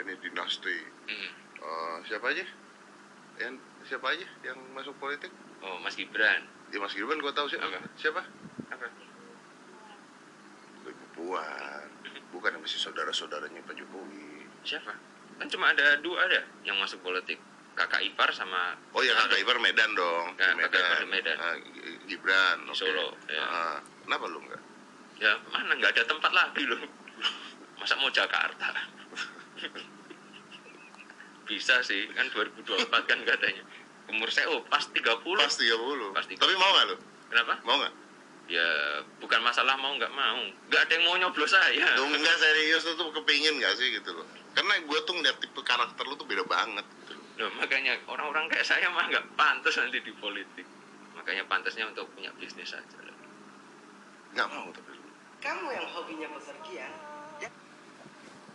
ini dinasti Hmm. Eh, siapa aja yang siapa aja yang masuk politik Oh, Mas Gibran. ya Mas Gibran gue tahu sih Apa? siapa Apa? Ibu Puan bukan yang masih saudara-saudaranya Pak Jokowi Siapa? Kan cuma ada dua ada yang masuk politik. Kakak ipar sama oh ya kakak Ipar Medan dong Ya, kakak Ipar di Medan. Ah, G- Gibran Di oke. Solo, ya. Ah, kenapa lu enggak ya mana nggak ada tempat lagi loh. Masa mau Jakarta? Bisa sih, kan 2024 kan katanya. Umur saya oh pas 30. pas 30 Pasti. ya, tapi mau nggak lu Kenapa? mau nggak Ya bukan masalah mau nggak mau. Nggak ada yang mau nyoblos saya. Lu enggak serius lu tuh kepingin gak sih gitu loh Karena gue tuh ngeliat tipe karakter lu tuh beda banget gitu loh. Loh, makanya orang-orang kayak saya mah nggak pantas nanti di politik. Makanya pantasnya untuk punya bisnis saja. lah. Gak mau tapi lu Kamu yang hobinya bepergian,